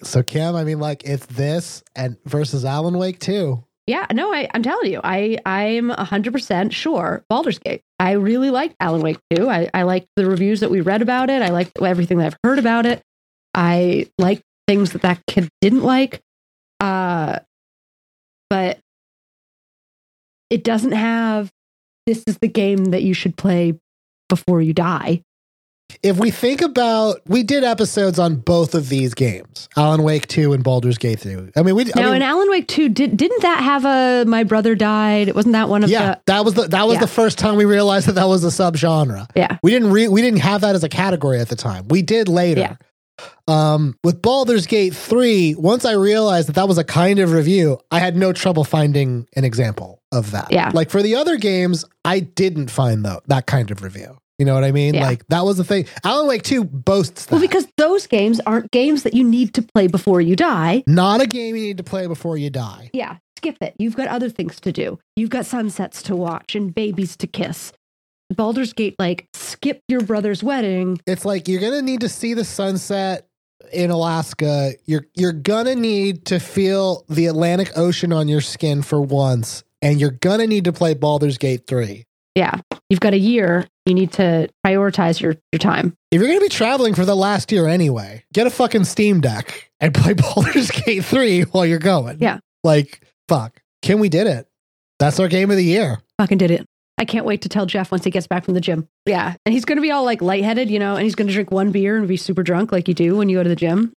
B: So, Kim, I mean, like, it's this and versus Alan Wake too.
A: Yeah, no, I, I'm telling you, I I'm 100% sure Baldur's Gate. I really liked Alan Wake too. I, I liked the reviews that we read about it. I liked everything that I've heard about it. I liked things that that kid didn't like. Uh, but it doesn't have this is the game that you should play before you die.
B: If we think about, we did episodes on both of these games, Alan Wake 2 and Baldur's Gate 2. I mean, we I
A: Now,
B: mean,
A: in Alan Wake 2, did, didn't that have a my brother died? Wasn't that one of
B: yeah,
A: the.
B: that was the that was
A: yeah.
B: the first time we realized that that was a subgenre.
A: Yeah.
B: we didn't re- we didn't have that as a category at the time. We did later.
A: Yeah.
B: Um, with Baldur's Gate three, once I realized that that was a kind of review, I had no trouble finding an example of that.
A: Yeah.
B: like for the other games, I didn't find though that kind of review. You know what I mean?
A: Yeah.
B: Like that was the thing. Alan Wake two boasts that.
A: Well, because those games aren't games that you need to play before you die.
B: not a game you need to play before you die.
A: Yeah, skip it. You've got other things to do. You've got sunsets to watch and babies to kiss. Baldur's Gate, like, skip your brother's wedding.
B: it's like you're gonna need to see the sunset in Alaska. You're you're gonna need to feel the Atlantic Ocean on your skin for once, and you're gonna need to play Baldur's Gate three.
A: Yeah, you've got a year. You need to prioritize your, your time.
B: If you're gonna be traveling for the last year anyway, get a fucking Steam Deck and [laughs] play Baldur's Gate three while you're going.
A: Yeah.
B: like fuck, Kim, we did it. That's our game of the year.
A: Fucking did it. I can't wait to tell Jeff once he gets back from the gym. Yeah. And he's going to be all like lightheaded, you know, and he's going to drink one beer and be super drunk like you do when you go to the gym.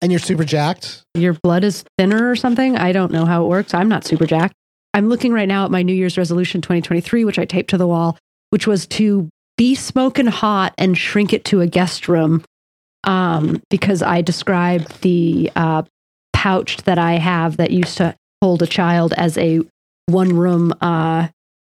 B: And you're super jacked.
A: Your blood is thinner or something. I don't know how it works. I'm not super jacked. I'm looking right now at my New Year's resolution 2023, which I taped to the wall, which was to be smoking hot and shrink it to a guest room. Um, because I described the uh, pouch that I have that used to hold a child as a one room uh,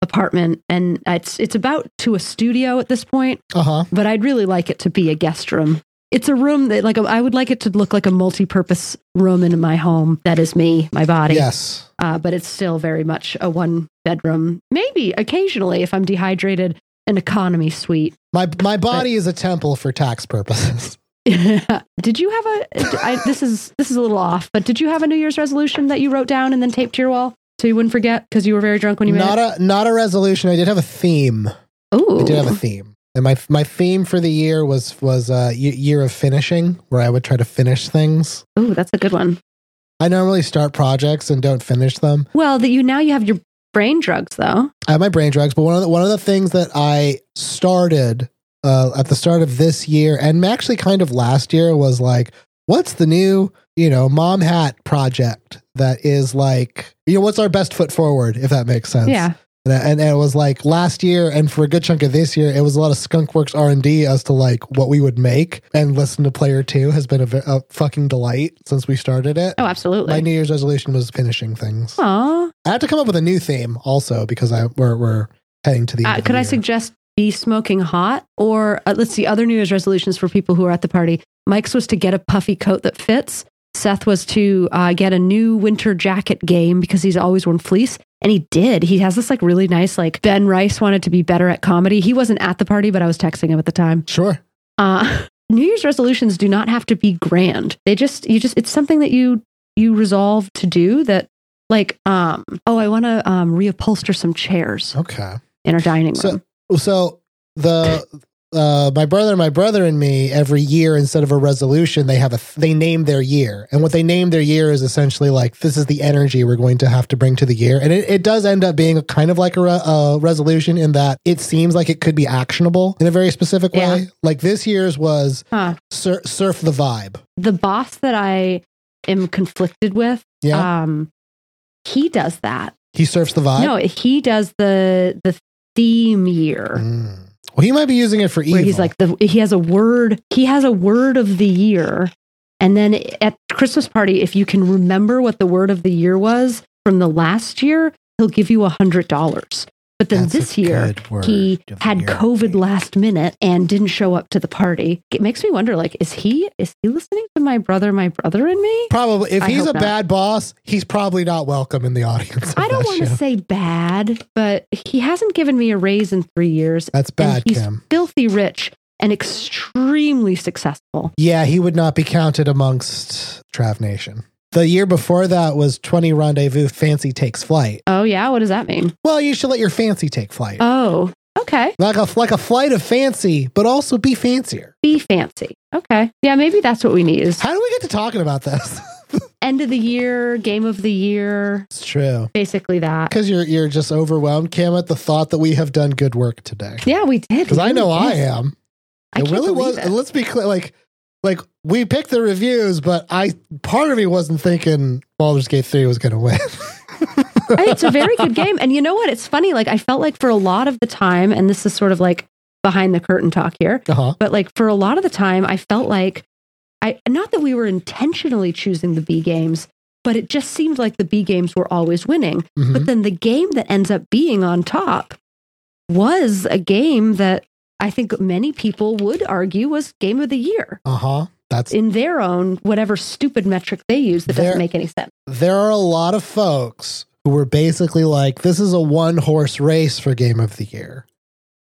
A: apartment. And it's, it's about to a studio at this point
B: Uh huh.
A: but I'd really like it to be a guest room. It's a room that, like, I would like it to look like a multi-purpose room in my home. That is me, my body.
B: Yes.
A: Uh, but it's still very much a one-bedroom. Maybe occasionally, if I'm dehydrated, an economy suite. [laughs]
B: My my body is a temple for tax purposes.
A: did you have a? I, this is this is a little off, but did you have a New Year's resolution that you wrote down and then taped to your wall so you wouldn't forget because you were very drunk when you made
B: Not a not a resolution. I did have a theme.
A: it? Ooh,
B: I did have a theme, and my my theme for the year was was uh, y- year of finishing, where I would try to finish things.
A: ooh, that's a good one.
B: I normally start projects and don't finish them.
A: Well, that you now you have your brain drugs though.
B: I have my brain drugs, but one of the, one of the things that I started uh, at the start of this year and actually kind of last year was like, what's the new you know mom hat project that is like you know what's our best foot forward if that makes sense
A: Yeah.
B: And, and, and it was like last year and for a good chunk of this year, it was a lot of Skunkworks R&D as to like what we would make. And Listen to Player 2 has been a, ve- a fucking delight since we started it.
A: Oh, absolutely.
B: My New Year's resolution was finishing things.
A: Aw.
B: I had to come up with a new theme also because I we're, we're heading to the end
A: Uh,
B: of the
A: could I
B: year.
A: suggest be smoking hot? Or uh, let's see, other New Year's resolutions for people who are at the party. Mike's was to get a puffy coat that fits. Seth was to uh, get a new winter jacket game because he's always worn fleece. And he did. He has this like really nice, like Ben Rice wanted to be better at comedy. He wasn't at the party, but I was texting him at the time.
B: Sure.
A: Uh, [laughs] New Year's resolutions do not have to be grand. They just, you just, it's something that you, you resolve to do that like, um, oh, I want to um, reupholster some chairs
B: Okay.
A: in our dining room.
B: So- So the uh, my brother, my brother and me, every year instead of a resolution, they have a th- they name their year, and what they name their year is essentially like this is the energy we're going to have to bring to the year, and it, it does end up being kind of like a, re- a resolution in that it seems like it could be actionable in a very specific way.
A: Yeah.
B: Like this year's was
A: Huh.
B: sur- surf the vibe.
A: the boss that I am conflicted with,
B: Yeah,
A: um, He does that.
B: He surfs the vibe.
A: no, he does the the theme year
B: Mm. Well, he might be using it for Mm, evil.
A: where he's like the he has a word he has a word of the year, and then at Christmas party, if you can remember what the word of the year was from the last year, he'll give you a hundred dollars. But then
B: That's a
A: this year,
B: good word
A: he
B: of the
A: had
B: year.
A: COVID last minute and didn't show up to the party. It makes me wonder, like, is he is he listening to my brother, my brother, and me?
B: Probably, if
A: I
B: he's
A: hope
B: a
A: not.
B: bad boss, he's probably not welcome in the [laughs] audience. of
A: I don't
B: that
A: want to
B: show.
A: say bad, but he hasn't given me a raise in three years.
B: That's bad,
A: he's-
B: Kim.
A: Filthy rich and extremely successful.
B: Yeah, he would not be counted amongst Trav Nation. The year before that was 20 Rendezvous Fancy Takes Flight.
A: Oh yeah, what does that mean?
B: Well, you should let your fancy take flight.
A: Oh, okay.
B: like a like a flight of fancy, but also be fancier.
A: Be fancy. Okay. Yeah, maybe that's what we need is
B: How do we get to talking about this? [laughs]
A: end of the year, game of the year,
B: it's true.
A: basically that.
B: Because you're you're just overwhelmed, Kim, at the thought that we have done good work today.
A: Yeah, we did.
B: Because I know I
A: Yes.
B: am.
A: I
B: it
A: can't
B: really
A: believe
B: was.
A: it.
B: and Let's be clear. Like, like we picked the reviews, but I part of me wasn't thinking Baldur's Gate Three was going
A: [laughs]
B: to win.
A: Hey, it's a very
B: [laughs]
A: good game. And you know what? It's funny. Like, I felt like for a lot of the time, and this is sort of like behind the curtain talk here,
B: Uh huh.
A: but like for a lot of the time, I felt like I, not that we were intentionally choosing the B games, but it just seemed like the B games were always winning. [laughs]
B: Mm-hmm.
A: But then the game that ends up being on top was a game that I think many people would argue was game of the year
B: Uh huh. That's
A: in their own whatever stupid metric they use that
B: There-
A: doesn't make any sense.
B: there are a lot of folks who were basically like, this is a one horse race for game of the year.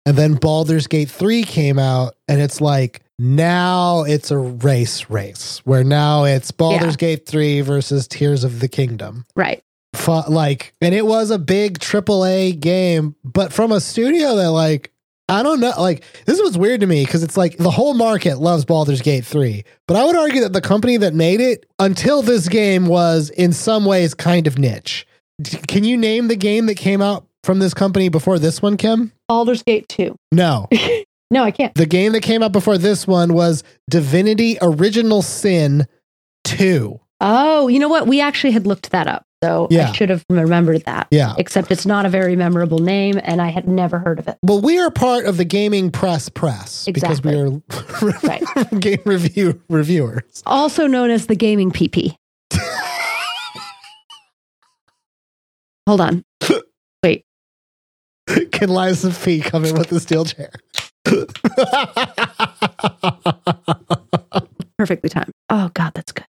B: And then Baldur's Gate 3 came out, and it's like, now it's a race race where now it's Baldur's Gate 3 versus Tears of the Kingdom.
A: Right.
B: Fu- like, and it was a big AAA game, but from a studio that, like, I don't know. Like, this was weird to me because it's like the whole market loves Baldur's Gate 3. But I would argue that the company that made it until this game was in some ways kind of niche. D- Can you name the game that came out from this company before this one, Kim?
A: Baldur's Gate 2.
B: No.
A: No, I can't.
B: the game that came out before this one was Divinity Original Sin 2.
A: Oh, you know what? We actually had looked that up. So
B: Yeah.
A: I should have remembered that.
B: Yeah.
A: Except it's not a very memorable name and I had never heard of it.
B: Well, we are part of the gaming press press
A: Exactly.
B: because we are
A: Right.
B: [laughs] game review reviewers.
A: Also known as the gaming PP. Hold on.
B: Can Liza Fee come in with a steel chair? [laughs]
A: Perfectly timed. Oh God, that's good.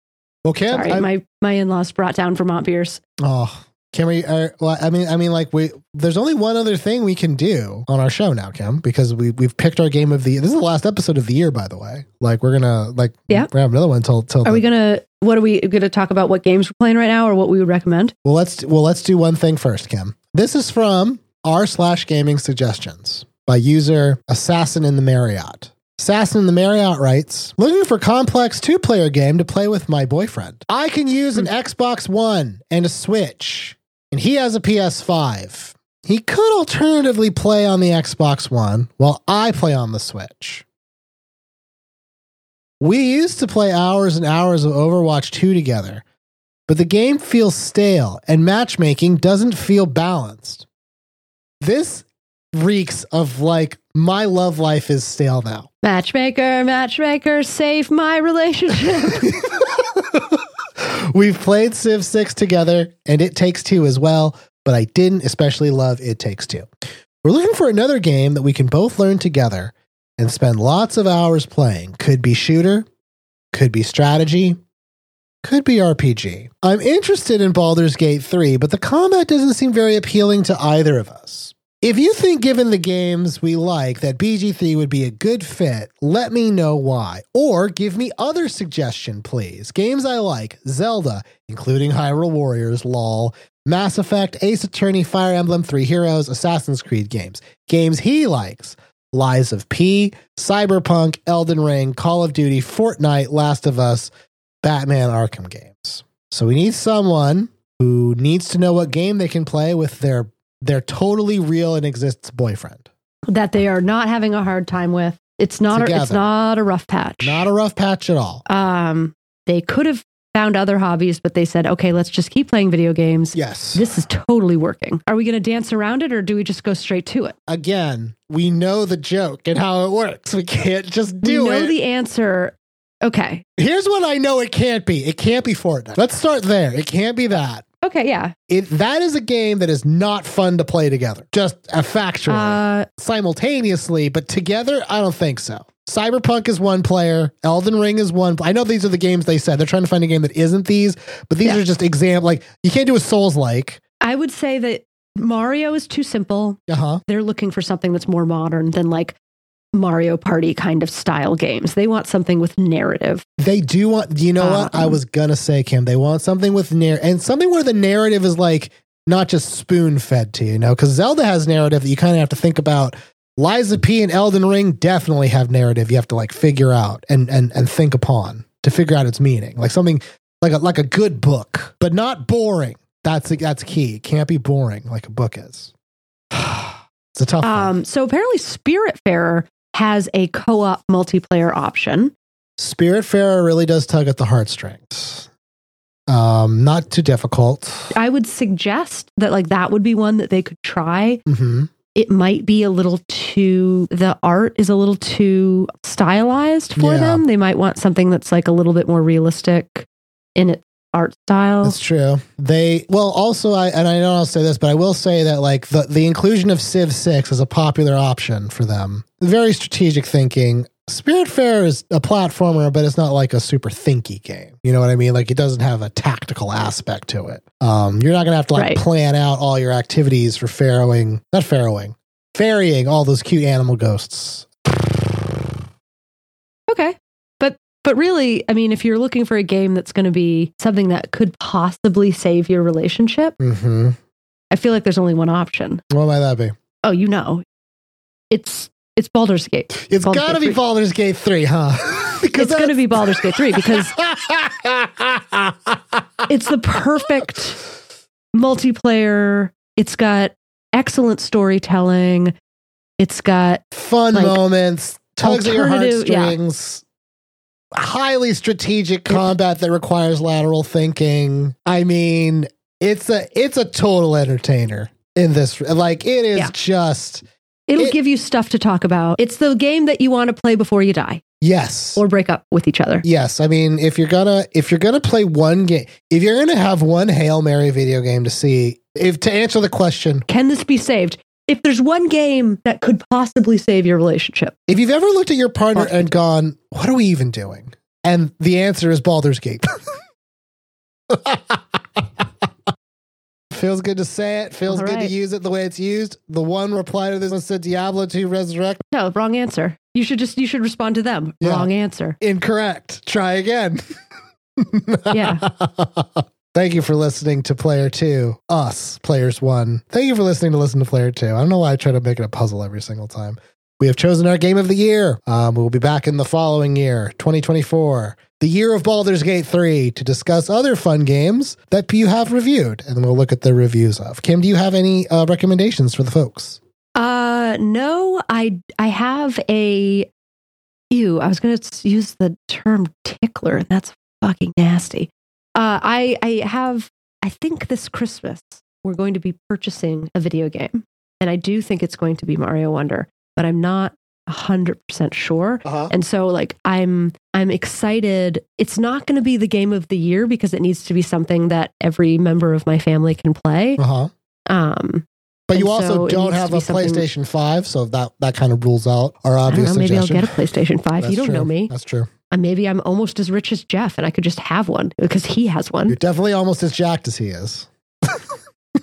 B: well, Kim,
A: Sorry.
B: I,
A: my my in-laws brought down Vermont beers.
B: oh, Kim, are you, are, well, I mean, I mean, like we, there's only one other thing we can do on our show now, Kim, because we we've picked our game of the. This is the last episode of the year, by the way. Like we're gonna like
A: Yeah.
B: we're gonna have another one till till.
A: Are we
B: the-
A: gonna what are we gonna talk about what games we're playing right now or what we would recommend?
B: Well, let's well let's do one thing first, Kim. This is from r slash gaming suggestions by user Assassin in the Marriott. Assassin in the Marriott writes, looking for complex two player game to play with my boyfriend. I can use an Xbox One and a Switch, and he has a PS5. He could alternatively play on the Xbox One while I play on the Switch. We used to play hours and hours of Overwatch 2 together, but the game feels stale and matchmaking doesn't feel balanced. This reeks of like my love life is stale now.
A: Matchmaker, matchmaker, save my
B: [laughs]
A: relationship.
B: We've played Civ 6 together and It Takes Two as well, but I didn't especially love It Takes Two. We're looking for another game that we can both learn together and spend lots of hours playing. Could be shooter, could be strategy, could be RPG. I'm interested in Baldur's Gate 3, but the combat doesn't seem very appealing to either of us. If you think, given the games we like, that BG3 would be a good fit, let me know why. Or give me other suggestion, please. Games I like Zelda, including Hyrule Warriors, lol, Mass Effect, Ace Attorney, Fire Emblem, Three Heroes, Assassin's Creed games. Games he likes Lies of P, Cyberpunk, Elden Ring, Call of Duty, Fortnite, Last of Us, Batman Arkham games. So we need someone who needs to know what game they can play with their their totally real and exists boyfriend.
A: that they are not having a hard time with. It's not a, it's
B: Together.
A: not a rough patch.
B: Not a rough patch at all.
A: um, they could have found other hobbies, but they said, okay, let's just keep playing video games.
B: Yes.
A: This is totally working. Are we going to dance around it or do we just go straight to it?
B: Again, we know the joke and how it works. We can't just do
A: we know
B: it.
A: the answer. Okay.
B: Here's what I know it can't be. It can't be Fortnite. Let's start there. It can't be that.
A: Okay. Yeah.
B: It that is a game that is not fun to play together. Just a factual.
A: Uh,
B: simultaneously, but together, I don't think so. Cyberpunk is one player, Elden Ring is one. I know these are the games they said. They're trying to find a game that isn't these, but these
A: Yeah.
B: are just example like you can't do a Souls like.
A: I would say that Mario is too simple.
B: Uh-huh.
A: They're looking for something that's more modern than like Mario Party kind of style games. They want something with narrative.
B: They do want you know what? I
A: Um.
B: was gonna say, Kim, they want something with narr and something where the narrative is like not just spoon fed to you, you know, because Zelda has narrative that you kind of have to think about. Liza P and Elden Ring definitely have narrative you have to like figure out and and and think upon to figure out its meaning. Like something like a like a good book, but not boring. That's that's key. It can't be boring like a book is. [sighs] It's a tough one.
A: Um, so apparently, Spiritfarer has a co op multiplayer option.
B: Spiritfarer really does tug at the heartstrings. Um, not too difficult.
A: I would suggest that like that would be one that they could try.
B: hmm
A: It might be a little too the art is a little too stylized for
B: Yeah.
A: them. They might want something that's like a little bit more realistic in its art style.
B: That's true. They well also I and I know I'll say this, but I will say that like the, the inclusion of Civ Six is a popular option for them. Very strategic thinking. Spiritfarer is a platformer, but it's not like a super thinky game. You know what I mean? Like it doesn't have a tactical aspect to it. Um, you're not gonna have to like
A: Right.
B: plan out all your activities for farrowing, not farrowing, ferrying all those cute animal ghosts.
A: Okay. But but really, I mean, if you're looking for a game that's going to be something that could possibly save your relationship,
B: Mm-hmm.
A: I feel like there's only one option.
B: What might that be?
A: Oh, you know, it's it's Baldur's
B: [laughs]
A: Gate.
B: It's
A: Baldur's
B: gotta
A: Gate
B: be
A: 3.
B: Baldur's Gate three, huh? [laughs]
A: It's going to be Baldur's Gate three because
B: because
A: it's the perfect multiplayer. It's got excellent storytelling. It's got
B: [laughs] fun
A: like,
B: moments, tugs at your
A: alternative- yeah.
B: heartstrings, highly strategic combat that requires lateral thinking. I mean, it's a it's a total entertainer in this. Like it is
A: Yeah.
B: just
A: it'll
B: It-
A: give you stuff to talk about. It's the game that you want to play before you die
B: yes.
A: or break up with each other.
B: Yes, I mean if you're gonna if you're gonna play one game, if you're gonna have one hail mary video game to see, if to answer the question,
A: Can this be saved? If there's one game that could possibly save your relationship,
B: If you've ever looked at your partner and gone, "What are we even doing?" and the answer is Baldur's Gate. [laughs] Feels good to say it. Feels
A: All
B: good to
A: right.
B: use it the way it's used. The one reply to this one said Diablo 2 Resurrect.
A: No, wrong answer. You should just you should respond to them.
B: Yeah.
A: Wrong answer.
B: Incorrect. Try again. [laughs]
A: Yeah.
B: Thank you for listening to Player Two, us, Players One. Thank you for listening to Listen to Player Two. I don't know why I try to make it a puzzle every single time. We have chosen our game of the year. Um, we will be back in the following year, 2024, the year of Baldur's Gate 3, to discuss other fun games that you have reviewed, and we'll look at the reviews of. Kim, do you have any uh, recommendations for the folks?
A: Uh no, I I have a ew, I was going to use the term tickler and that's fucking nasty. Uh I I have I think this Christmas we're going to be purchasing a video game and I do think it's going to be Mario Wonder, but I'm not 100% sure.
B: Uh-huh.
A: And so like I'm I'm excited. It's not going to be the game of the year because it needs to be something that every member of my family can play.
B: Uh huh.
A: Um
B: But you
A: And so
B: also
A: it
B: don't
A: needs to
B: have
A: be
B: a
A: something-
B: PlayStation 5, so that, that kind of rules out our
A: I don't
B: obvious
A: know, maybe I'll
B: suggestion.
A: get a PlayStation 5.
B: That's
A: you don't
B: true.
A: know me.
B: That's true.
A: Uh, Maybe I'm almost as rich as Jeff and I could just have one because he has
B: You're
A: one.
B: definitely almost as jacked as he is. [laughs]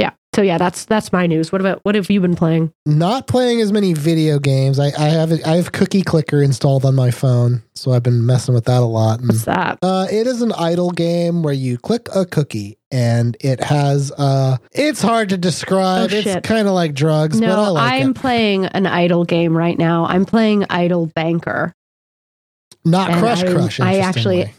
A: Yeah. So yeah, that's that's my news. What about what have you been playing?
B: Not playing as many video games. I, I have I have Cookie Clicker installed on my phone, so I've been messing with that a lot. And,
A: What's that?
B: uh, it is an idle game where you click a cookie, and it has. Uh, it's hard to describe.
A: Oh, shit.
B: it's kind of like drugs, but I
A: No,
B: like
A: I'm
B: it.
A: playing an idle game right now. I'm playing Idle Banker.
B: Not
A: and
B: Crush
A: I'm-
B: Crush.
A: I actually-
B: interestingly.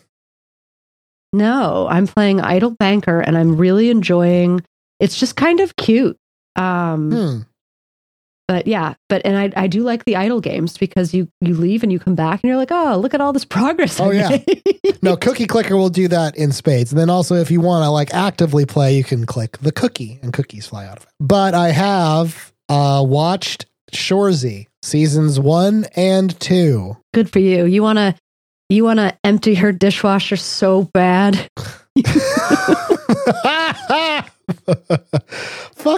A: No, I'm playing Idle Banker and I'm really enjoying it's just kind of cute. Um
B: Hmm.
A: But yeah, but and I, I do like the idle games because you you leave and you come back and you're like, oh, look at all this progress. I
B: Oh, yeah.
A: made." [laughs]
B: No, Cookie Clicker will do that in spades. And then also, if you want to like actively play, you can click the cookie and cookies fly out of it. But I have uh, watched Shorzy seasons one and two. [laughs]
A: Good for you. You wanna you wanna empty her dishwasher so bad.
B: Fuck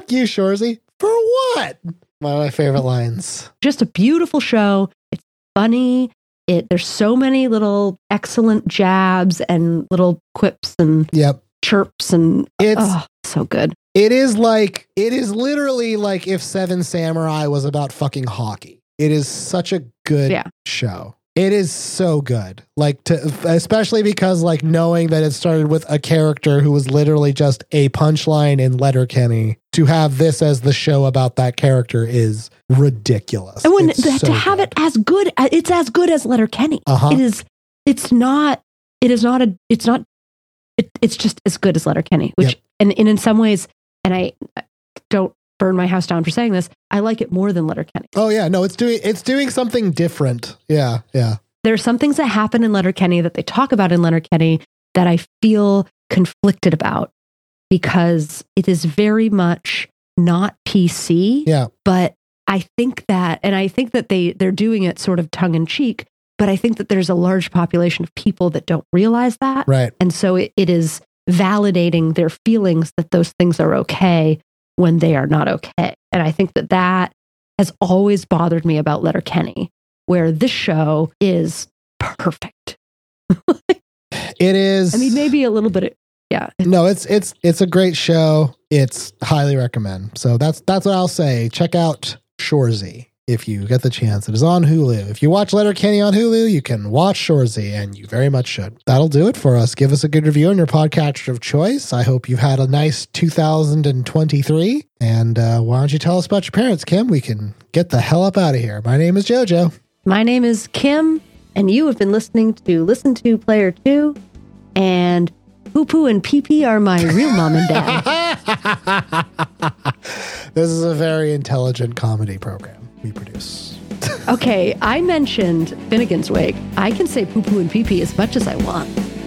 B: you, Shorzy. For what? One of my favorite lines.
A: Just a beautiful show. It's funny. It there's so many little excellent jabs and little quips and
B: Yep.
A: chirps and
B: It's
A: oh, so good.
B: It is like it is literally like if Seven Samurai was about fucking hockey. It is such a good
A: Yeah.
B: show. It is so good. Like to especially because like knowing that it started with a character who was literally just a punchline in Letterkenny to have this as the show about that character is ridiculous.
A: And when to have it as good, a- it's as good as Letter Kenny.
B: uh huh
A: It is. It's not. It is not a. It's not. It, it's just as good as Letter Kenny, which and, and in some ways, and I I don't burn my house down for saying this. I like it more than Letter Kenny.
B: oh yeah no it's doing it's doing something different yeah yeah
A: There are some things that happen in Letter Kenny that they talk about in Letter Kenny that I feel conflicted about because it is very much not PC.
B: yeah
A: but i think that and i think that they they're doing it sort of tongue in cheek but i think that there's a large population of people that don't realize that
B: right
A: and so it, it is validating their feelings that those things are okay when they are not okay and i think that that has always bothered me about letterkenny where this show is perfect
B: it is
A: i mean maybe a little bit yeah
B: no it's it's it's a great show it's highly recommend so that's that's what i'll say check out shorzy if you get the chance it is on hulu if you watch letterkenny on hulu you can watch shorzy and you very much should that'll do it for us give us a good review on your podcatcher of choice i hope you've had a nice 2023 and uh, why don't you tell us about your parents kim we can get the hell up out of here my name is jojo
A: My name is Kim, and you have been listening to Listen to Player Two, and Poo Poo and Pee Pee are my real mom and dad.
B: this is a very intelligent comedy program we produce
A: okay, I mentioned Finnegan's Wake. I can say Poo Poo and Pee Pee as much as I want.